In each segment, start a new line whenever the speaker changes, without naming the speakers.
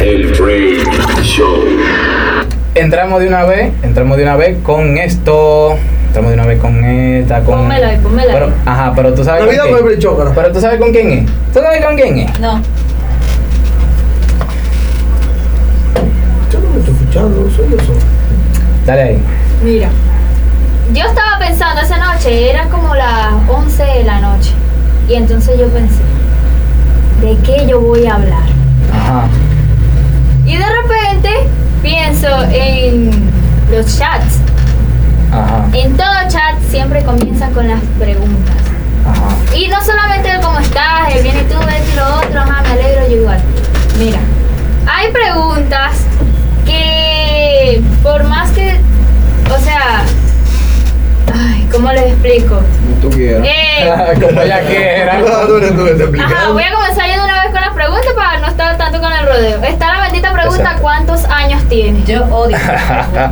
El Brain Show.
Entramos de una vez, entramos de una vez con esto. Entramos de una vez con esta, con.
Pónmela ahí, pónmela ahí.
Pero, ajá, pero tú sabes.
La vida con el
quién.
brechócaro.
Pero tú sabes con quién es. ¿Tú sabes con quién es?
No.
Yo no me estoy escuchando, soy yo solo.
Dale ahí.
Mira, yo estaba pensando esa noche, eran como las 11 de la noche. Y entonces yo pensé, ¿de qué yo voy a hablar?
Ajá.
Y de repente pienso en los chats.
Ajá.
En todo chat siempre comienzan con las preguntas.
Ajá.
Y no solamente el cómo estás, el bien y tú, esto y lo otro, ajá, me alegro yo igual. Mira, hay preguntas que por más que, o sea, ay, ¿cómo les explico?
Tú quieras.
Eh,
Como ella quiera.
tú eres tú que te
Ajá, voy a comenzar yendo una vez con las preguntas para no estar tanto con el rodeo. Está la bendita pregunta,
Exacto.
¿cuántos años tienes?
Yo odio.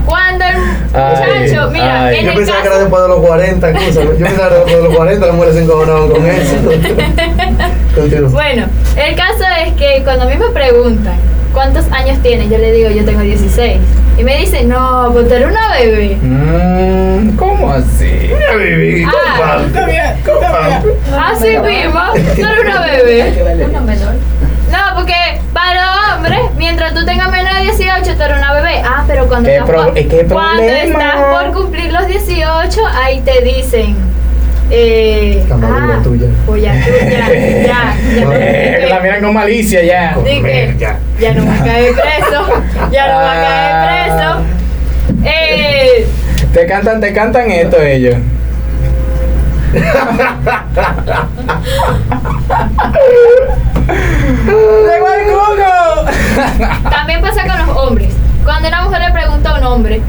Cuando el
Ay,
muchacho, mira,
ay.
en
Yo
el
pensaba que era
caso,
después de los 40, excusa, Yo pensaba que era después de los 40, las mujeres se encojonaban con eso. Continúa.
bueno, el caso es que cuando a mí me preguntan, ¿cuántos años tienes? Yo le digo, yo tengo 16. Y me dicen, no, pues tú eres una bebé.
Mm, ¿Cómo así?
Baby,
Ah.
compa.
Así mismo, tú eres una bebé. No, porque para los hombres, mientras tú tengas menos de 18, tú eres una bebé. Ah, pero cuando,
¿Qué
estás,
pro-
por,
eh, qué
cuando
problema?
estás por cumplir los 18, ahí te dicen. Eh,
Camarilla
ah,
tuya.
polla tuya, ya, ya, no-
Eh, La miran con malicia ya.
Di que
Ya.
ya no va a caer preso, ya no va a caer preso. Eh,
Te cantan, te cantan esto ellos. ¡Llegó el cuco!
También pasa con los hombres. Cuando una mujer le pregunta a un hombre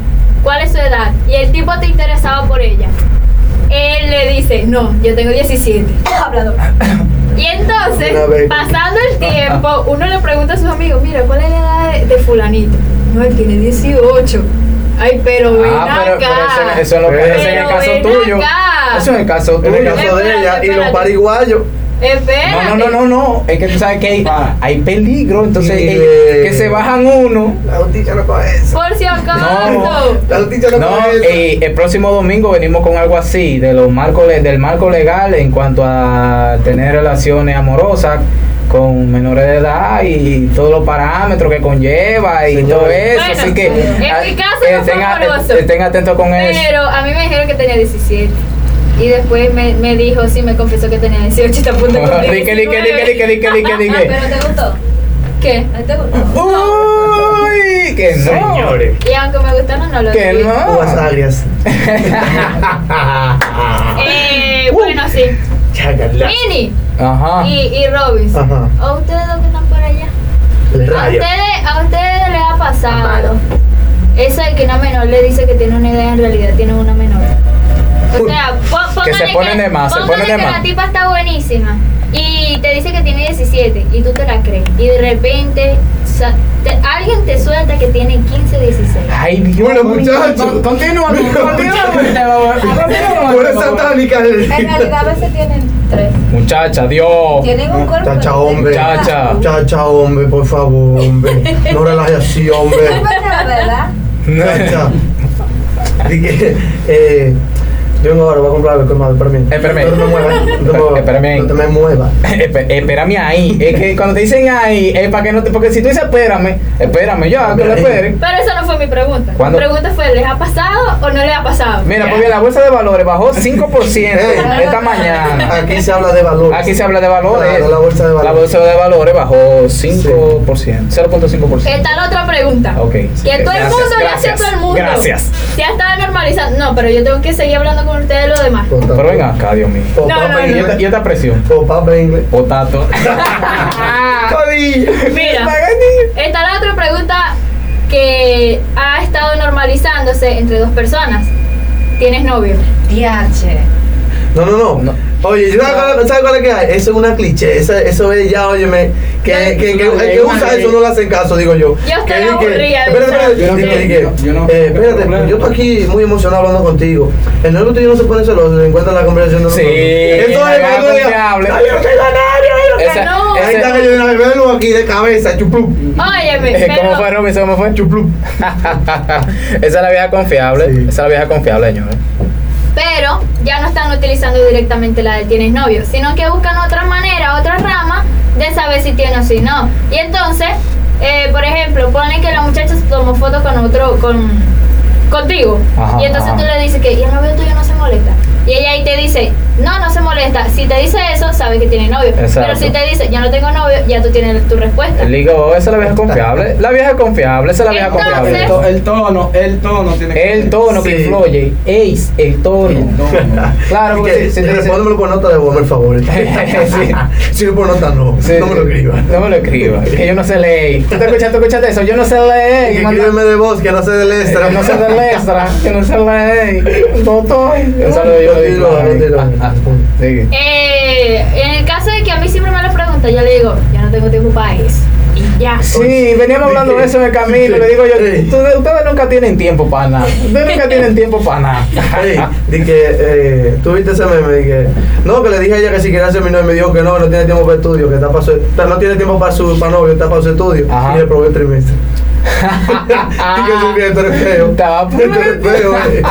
cuál es su edad y el tipo te interesaba por ella, él le dice, no, yo tengo 17. Hablador. Y entonces,
Una vez.
pasando el tiempo, uno le pregunta a sus amigos, mira, ¿cuál es la edad de, de fulanito? No, él tiene 18. Ay, pero ven
Ah, pero,
acá.
pero eso, eso lo
Pero
parece en el caso
ven
tuyo.
acá.
Eso es el caso
En el
tuyo.
caso de ella y los pariguayos.
Espérate.
No, no, no, no, no. Es que tú sabes que hay,
Ah.
hay peligro. Entonces,
Sí.
eh, que se bajan uno.
La justicia no coge eso.
Por si acaso.
No.
La justicia no
No,
coge eso.
eh, el próximo domingo venimos con algo así de los marcos le- del marco legal en cuanto a tener relaciones amorosas con menores de edad y todos los parámetros que conlleva y
Señor.
todo eso.
Bueno,
así que
en mi
ah,
caso no fue
estén, a-
amoroso.
estén atentos con eso.
Pero a mí me dijeron que tenía 17. Y después me, me dijo, sí, me confesó que tenía 18 y está a punto de cumplir Ah,
Dique, dique,
19.
dique, dique, dique, dique.
Pero te gustó.
¿Qué?
¿A ti te gustó?
Uh. Uy, que no.
Señores.
Y aunque me gustaron, no lo
Que
vi.
no.
Uvas agrias.
Eh, bueno, sí.
Chacalá.
Mini
Ajá.
y, y Robins.
Ajá.
¿A ustedes los que están por allá?
El
¿A
rayo.
ustedes, a ustedes les ha pasado? Eso de que una menor le dice que tiene una idea, en realidad tiene una menor. O sea, po-
Que
póngale
se ponen de más, se
póngale
ponen de
que
más.
la tipa está buenísima y te dice que tiene 17 y tú te la crees. Y de repente sa- te- alguien te suelta que tiene 15, 16.
Ay, Dios.
Bueno,
mío.
muchachos.
Con- Continúa, continúa. por favor.
Tú eres
Continúa.
satánica.
En realidad a veces tienen tres.
Muchacha, Dios.
Tienen un cuerpo.
Chacha, hombre.
Chacha.
Chacha, hombre, por favor, hombre. No relajes así, hombre.
Bueno, ¿verdad?
Chacha. Así que, eh, yo vengo ahora, voy a comprar algo colmado, espérame.
Eh, Espérame. Eh,
No te me muevas. no te me muevas,
Espérame ahí.
No te me muevas.
Espe- Espérame ahí. Es que cuando te dicen ahí, es para que no te. Porque si tú dices espérame, espérame, ya, que lo esperen.
Pero esa no fue mi pregunta.
¿Cuándo?
Mi pregunta fue, ¿les ha pasado o no les ha pasado?
Mira, porque la bolsa de valores bajó 5%
Ey.
esta mañana.
Aquí se habla de valor.
Ah. Aquí se habla de valores.
Claro, la bolsa de valores.
La bolsa de valores bajó 5%, 0.5%.
Está la otra pregunta.
Ok.
Que todo el
Gracias,
mundo,
gracias,
gracias todo el mundo.
Gracias.
Ya estaba normalizando. No, pero yo tengo que seguir hablando con ustedes de lo demás.
Con tanto-
Pero ven acá, Dios mío.
Con
No,
papa
no, no.
Y esta, y
inglés.
esta presión.
Con papa inglés.
Potato.
Codillo.
Mira, está la otra pregunta que ha estado normalizándose entre dos personas. ¿Tienes novio?
Diache.
No, no,
No.
no. Oye, ¿sabes cuál, ¿sabes cuál es que hay? Eso es una cliché. Eso, eso es ya, óyeme. Que, que, que, el que usa eso no le hacen caso, digo yo.
Yo estoy
Que- que-
aburrida de
Espérate, espérate.
Yo no
Dije,
creo-
dije,
yo- yo no-
eh,
problema.
Espérate, yo estoy aquí muy emocionado hablando contigo. El novio tuyo no se pone celoso, se encuentra en la conversación de
Sí,
nosotros. Eso es
nada
que tú digas,
confiable.
"No, yo no tengo novio, yo no
esa-
no.
esa-
Ahí está que yo una vez velo aquí de cabeza, chuplup.
Óyeme,
Eh, ¿Cómo
pero-
fue, Robinson? ¿Cómo fue?
Chuplup.
esa es la vieja confiable.
Sí.
Esa es la vieja confiable, señores.
pero ya no están utilizando directamente la de tienes novio, sino que buscan otra manera, otra rama de saber si tiene o si no. Y entonces, eh, por ejemplo, pone que la muchacha se tomó foto con otro, con contigo.
Ajá,
y entonces
ajá.
tú le dices que y el novio tuyo no se molesta. Y ella ahí te dice, no, no se molesta. Si te dice eso, sabe que tiene novio.
Exacto.
Pero si te dice, yo no tengo novio, ya tú tienes tu respuesta.
El Ligo, esa es la vieja confiable. La vieja confiable, esa es la vieja
Entonces-
confiable.
El, to- el tono, el tono tiene que
El tono que
Sí.
influye. Ace, el tono.
El tono.
Claro,
Y
porque
que,
si- si te dicen-
respóndemelo por nota de voz, por favor.
Sí.
Si no por nota, no.
Sí,
no me lo
sí.
escribas.
No me lo escribas. Que yo no sé leer. ¿Tú te escuchas, tú escuchas eso? Yo no sé leer.
Y que
manda-
escríbeme de voz, que no sé del extra.
Yo no sé leer extra. Yo no sé leer. No estoy. Un saludo yo le digo.
Continúa, continúa.
Sigue.
Eh, en el caso de que a mí siempre me lo pregunta, yo le digo, yo no tengo tiempo para eso. Y ya.
Sí, veníamos hablando de eso en el camino. Le digo yo, "Ustedes- ustedes nunca tienen tiempo para nada. Ustedes nunca tienen tiempo para nada.
Ey, di que, eh, tú viste ese meme, di que, no, que le dije a ella que si quería ser mi novia, me dijo que no, no tiene tiempo para estudio, que está para su, no tiene tiempo para su, para novio, está para su estudio,
Ajá. Ah.
y le probé el trimestre. y que su tú eres feo.
Estaba
Tú eres feo, eh.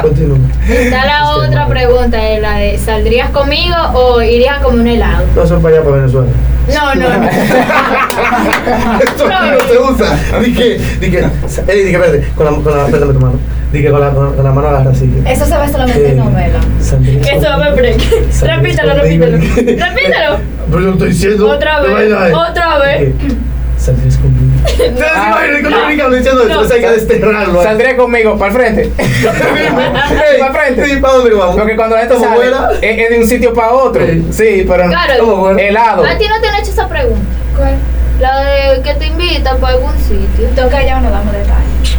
Continúa.
Está la otra pregunta, es la de, ¿saldrías conmigo o irías a comer un helado?
No, son para allá, para Venezuela.
No, no, no.
Eso aquí no se usa. Di que, di que, ey, di que, espérate, con la, con la, préstame tu mano. Di que con la, con la, con la mano agarra así que.
Eso se ve solamente en
Eh,
novela.
Sandra
Eso me break.
Sandra
repítalo,
Escondida.
repítelo. Repítelo.
Pero yo lo estoy diciendo.
Otra
¿te
vez,
imaginas?
otra
Eh,
vez. Ah,
¿Qué? Saldré escondido. ¿Ustedes se imaginan que un dominicano diciendo eso?
No.
O sea, hay que desterrarlo.
Ah, Saldría conmigo, para el frente.
Ey,
para frente.
Sí, ¿para dónde vamos?
Porque cuando la gente
¿Cómo
sale,
fuera?
es, es de un sitio para otro.
Sí.
Sí, pero no.
Claro. Ah,
¿Cómo fuera?
helado.
A ti no te han hecho esa pregunta.
¿Cuál?
La de que te invitan para algún sitio.
Toca ya o no damos detalles.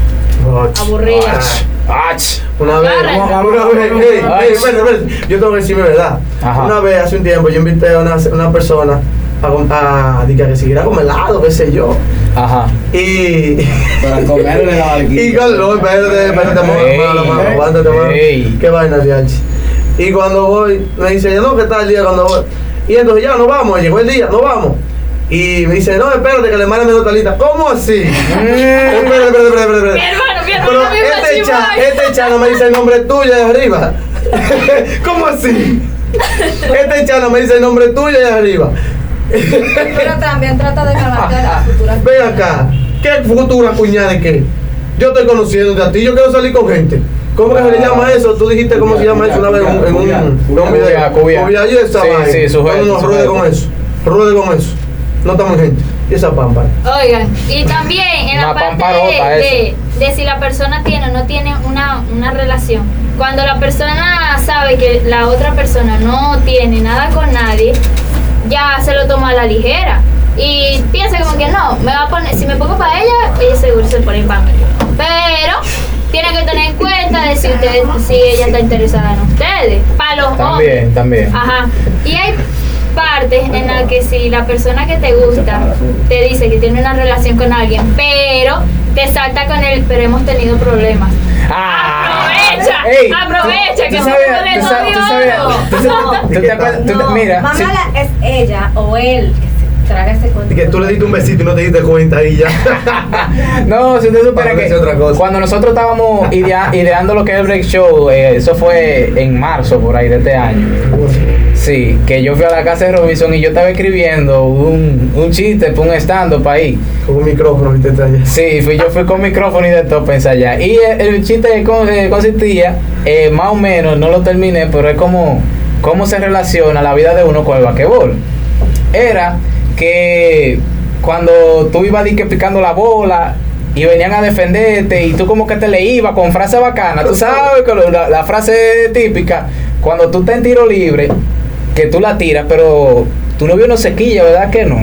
Ach,
Aburrida.
ach,
Ah, Ach.
Una vez,
Agarra.
una vez, ey, ey,
Ach.
espérate, espérate. yo tengo que decir mi verdad.
Ajá.
Una vez, hace un tiempo, yo invité a una, una persona a, com- a, di que que siguiera con helado, qué sé yo.
Ajá.
Y
Para comerle la barquilla.
Y con los verdes, espérate, mano,
Ey,
mano, mano,
ey.
aguántate, mano.
Ey.
Qué vaina, Riachi. Y cuando voy, me dice, ya no, ¿qué tal el día cuando voy? Y entonces ya, no vamos, llegó el día, no vamos. Y me dice, no, espérate, que le manden dos talitas. ¿Cómo así? espérate, espérate, espérate,
Mi
espérate, espérate.
hermano, mi hermano,
Pero
mi hermano.
este cha, este cha no me dice el nombre tuyo allá arriba. ¿Cómo así? Este cha no me dice el nombre tuyo allá arriba.
Pero también trata de
Ah,
calmarte a las futuras.
Ven acá, ¿qué futura cuñada de qué? Yo estoy conociendo de a ti, yo quiero salir con gente. ¿Cómo que se le
Ah,
llama eso? Tú dijiste cómo se llama eso una vez en un- en un, en un video.
Cubia, cubia.
Cubia, y esa
Sí,
vaina.
sí, su
No,
gente,
no,
su
ruede
gente.
con eso. Ruede con eso. No estamos en gente. Y esa pampa.
Oigan, y también en la
Una
parte
pamparota
de, de- de si la persona tiene o no tiene una, una relación. Cuando la persona sabe que la otra persona no tiene nada con nadie, ya se lo toma a la ligera. Y piensa como que no, me va a poner, si me pongo para ella, ella seguro se pone para mí. Pero tiene que tener en cuenta de si, ustedes, si ella está interesada en ustedes. Para los
También,
hombres.
también.
Ajá. Y hay partes en las que si la persona que te gusta te dice que tiene una relación con alguien, pero te salta con el pero hemos tenido problemas.
Ah.
Aprovecha,
Ey,
aprovecha,
tú-
que
tú
no
sabías-
me
tú sa- tú
novio.
sabías- tú sa- tú te acuerdas- tú te-
No,
Mira,
más
sí.
mala es ella o él que se traga ese
Y
cuento.
que tú le diste un besito y no te diste cuenta ahí ya.
No, si usted
Para
supiera
no
que
decir otra cosa.
cuando nosotros estábamos idea- ideando lo que es el break show, eh, eso fue en marzo por ahí de este año. Sí, que yo fui a la casa de Robinson y yo estaba escribiendo un, un chiste, para un stand-up ahí.
con un micrófono y te traes.
Sí, fui, yo fui con micrófono y de todo para ensayar. Y el, el chiste que con- eh, consistía, eh, más o menos, no lo terminé, pero es como cómo se relaciona la vida de uno con el vaquebol. Era que cuando tú ibas di que picando la bola y venían a defenderte y tú como que te le ibas con frase bacana, tú sabes que lo- la, la frase típica, cuando tú estás en tiro libre, que tú la tiras, pero tu novio no se quilla, ¿verdad que no?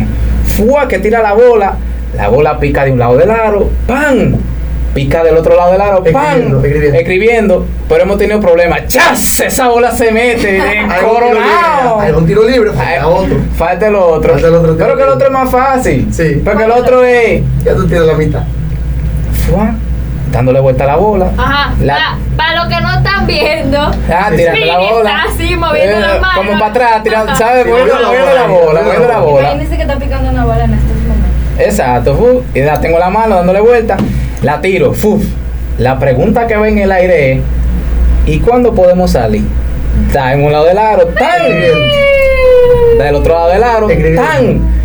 Fua que tira la bola, la bola pica de un lado del aro, ¡pam! Pica del otro lado del aro, ¡pam!
Escribiendo, escribiendo.
Escribiendo, pero hemos tenido problemas. ¡Chas! Esa bola se mete, de
Hay un tiro libre. Hay
coronado.
un tiro libre.
Ay,
Hay otro.
Falta el otro.
Falta el otro
pero que el otro es más fácil.
Sí.
Porque el otro es.
Ya tú tienes la mitad.
¡fua! dándole vuelta a la bola.
Ajá.
La-
pa- para los que no están viendo,
Ah, tirando la
Spinning
bola.
está así, moviendo
Eh,
las manos.
Como para atrás, tirando, ¿sabes?
Sí,
moviendo
moviendo la
moviendo la
bola,
bola, moviendo la bola.
Imagínense que está picando una bola en estos momentos.
Exacto, fu, y la tengo la mano dándole vuelta, la tiro, fu. La pregunta que ve en el aire es, ¿y cuándo podemos salir? Está en un lado del aro, tan. Del otro lado del aro,
Escribiendo.
tan.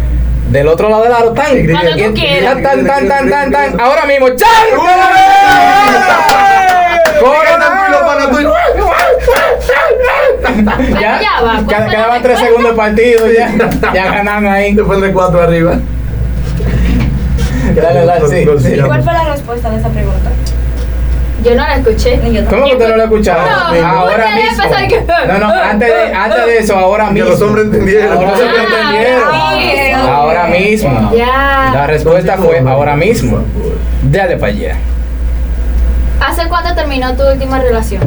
Del otro lado del aro, tan.
Escribiendo.
Cuando tú
Y- y-
quieras.
Tan, tan, tan, tan, tan, tan. Ahora mismo, chan. Corona.
Pero ya, va. pues,
queda-
¿cuál fue la
Quedaban tres
respuesta?
segundos de partido ya. Ya ganaron ahí.
Te ponen cuatro arriba.
Dale, dale, sí,
Lo
sí.
sigamos.
¿Cuál fue la respuesta de esa pregunta?
Yo no la escuché.
Ni yo tampoco.
¿Cómo que usted no lo ha escuchado? Ah,
No,
ahora
usted
mismo.
empezó a que-
No, no, antes de, antes de eso, ahora
Que
mismo.
los hombres entendieron.
Ahora se
Ah,
entendieron.
ahora mismo.
Ahora mismo.
Ya.
La respuesta fue ahora mismo. Dale para allá.
¿Hace cuánto terminó tu última relación?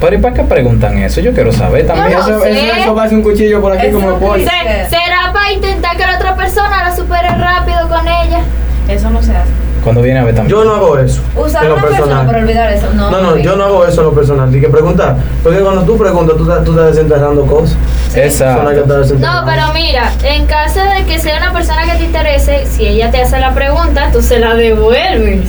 Pero ¿y para qué preguntan eso? Yo quiero saber también.
Yo no
Eso, eso,
sé.
eso va a ser un cuchillo por aquí
Eso
como el poli.
dice-
Se- ¿Será para intentar que la otra persona la supere rápido con ella?
Eso no se hace.
Cuando viene a ver también.
Yo no hago eso.
Usar
en
a
lo
una persona para olvidar eso. No,
No, no,
bien.
yo no hago eso en lo personal. Ni que preguntar. Porque cuando tú preguntas, tú, estás- tú estás desenterrando cosas. Son las que
Exacto.
estás
No,
desenterrando.
pero mira, en caso de que sea una persona que te interese, si ella te hace la pregunta, tú se la devuelves.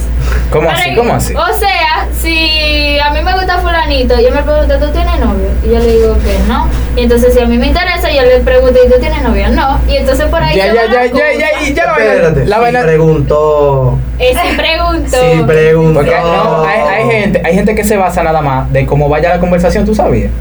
¿Cómo
Para
así?
que-
¿Cómo así?
O sea, si a mí me gusta fulanito, yo me pregunto, ¿tú tienes novio? Y yo le digo que no. Y entonces si a mí me interesa, yo le pregunto, ¿y tú tienes novio? No. Y ences por ahí...
Ya,
se
ya,
van
ya, ya,
las
ya,
cosas.
y ya la
Espérate.
vaina. La
si
vaina.
preguntó.
Eh, sí pregunto.
Si preguntó.
Porque no, hay, hay gente, hay gente que se basa nada más de cómo vaya la conversación, tú sabías.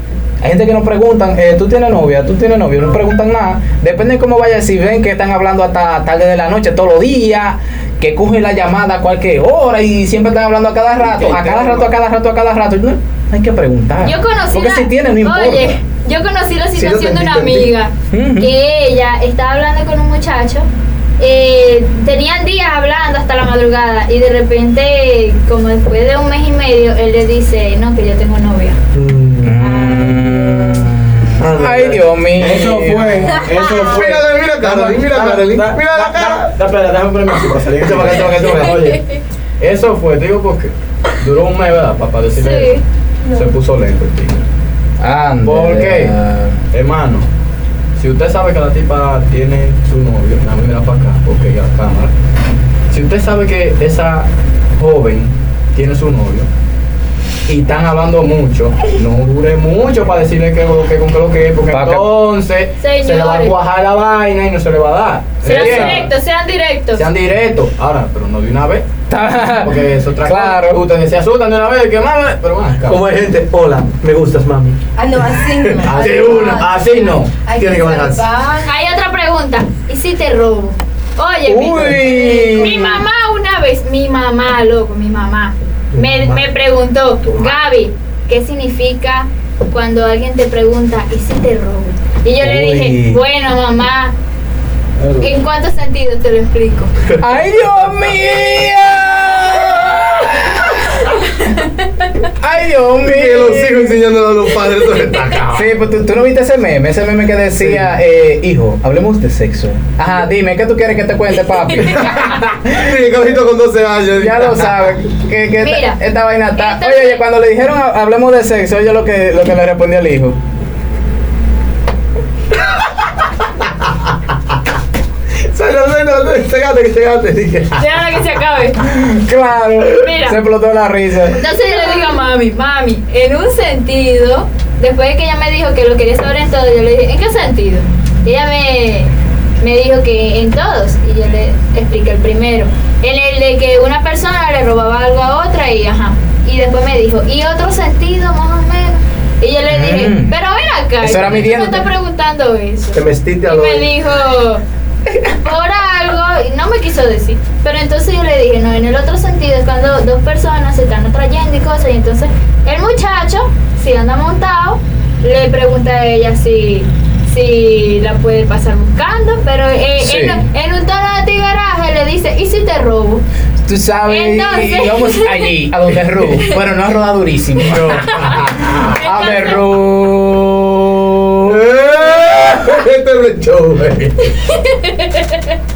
Hay gente que no preguntan, eh, tú tienes novia, tú tienes novio, no preguntan nada. Depende de cómo vaya, si ven que están hablando hasta tarde de la noche, todos los días, que cogen la llamada a cualquier hora y siempre están hablando a cada rato, a cada rato, a cada rato, a cada rato. No, hay que preguntar.
Yo conocí
Porque
la-
si tienen, no importa.
Oye, yo conocí la
yo
situación de
te
una
entendí.
amiga
Ujú.
que ella estaba hablando con un muchacho. eh, tenían días hablando hasta la madrugada y de repente, como después de un mes y medio, él le dice, no, que yo tengo novia.
Mm.
Mm. Ay, Dios mío.
Eso fue, eso fue.
Mírale, mira
Ah,
a Carolyn, mira a Carolyn,
Da- da-
mira la
da-
cara.
da- Espera, déjame ponerme así para salir.
Echa para acá, echa para acá, echa para acá.
Oye, eso fue, te digo porque duró un mes, ¿verdad? Papá, decirle
Sí.
eso. Se puso lento el tigre.
Anda.
¿Por qué? Hermano, si usted sabe que la tipa tiene su novio, la mira para acá, porque ya la cámara. Si usted sabe que esa joven tiene su novio y están hablando mucho, no dure mucho para decirle que lo que con que lo que es, porque
Pa' que-
entonces se le va a
Señores.
cuajar la vaina y no se le va a dar.
Sean
¿Entiendes?
directos, sean directos.
Sean directos. Ahora, pero no de una vez, porque es otra cosa.
Claro.
Ustedes se asustan de una vez, que más, pero bueno, acá.
Como hay gente, hola, me gustas, mami.
Ah, no, así no.
Así una, así no.
Hay
Tiene que
ser
bajarse.
pan.
Hay otra pregunta. ¿Y si te robo? Oye, mi-
Uy.
mi mamá una vez, mi mamá, loco, mi mamá, me,
mamá.
me preguntó, Gaby, ¿qué significa cuando alguien te pregunta, ¿y si te robo? Y yo le
Uy.
dije, bueno, mamá, ¿en cuántos sentidos te lo explico?
¡Ay, Dios mío! ¡Ay, Dios
Que los
mío!
hijos enseñándole a los padres eso está acá.
Sí, pues tú, tú no viste ese meme, ese meme que decía, eh, hijo, hablemos de sexo. Ajá, dime, ¿qué tú quieres que te cuente, papi?
Tiene caballito con 12 años.
ya lo sabes, que, que
Mira,
esta, esta vaina está...
esta-
Oye, oye, cuando le dijeron "Ha- hablemos de sexo, oye lo que, lo que le respondí al hijo.
Sale, sale, sale, Cegate, que cegate. Dije,
Déjala que se acabe.
Claro,
Mira.
se explotó la risa.
Entonces yo le digo a mami, mami, en un sentido, después de que ella me dijo que lo quería saber en todo, yo le dije, ¿en qué sentido? Y ella me, me dijo que en todos, y yo le expliqué el primero, en el de que una persona le robaba algo a otra y ajá. Y después me dijo, ¿y otro sentido más o menos? Y yo le dije,
Mm.
pero ven acá,
Eso era
¿por qué tú me
midiéndote.
estás preguntando eso?
te vestiste a
Y
lo
me dijo, por algo, y no me quiso decir. Pero entonces yo le dije, no, en el otro sentido es cuando dos personas se están atrayendo y cosas. Y entonces el muchacho, si anda montado, le pregunta a ella si, si la puede pasar buscando. Pero eh,
Sí.
en, en un tono de tigaraje le dice, ¿y si te robo?
Tú sabes,
Entonces-
y vamos allí, a donde Ru. Bueno, no roda durísimo. A ver, Ru.
¡Eh! Este es el show, güey.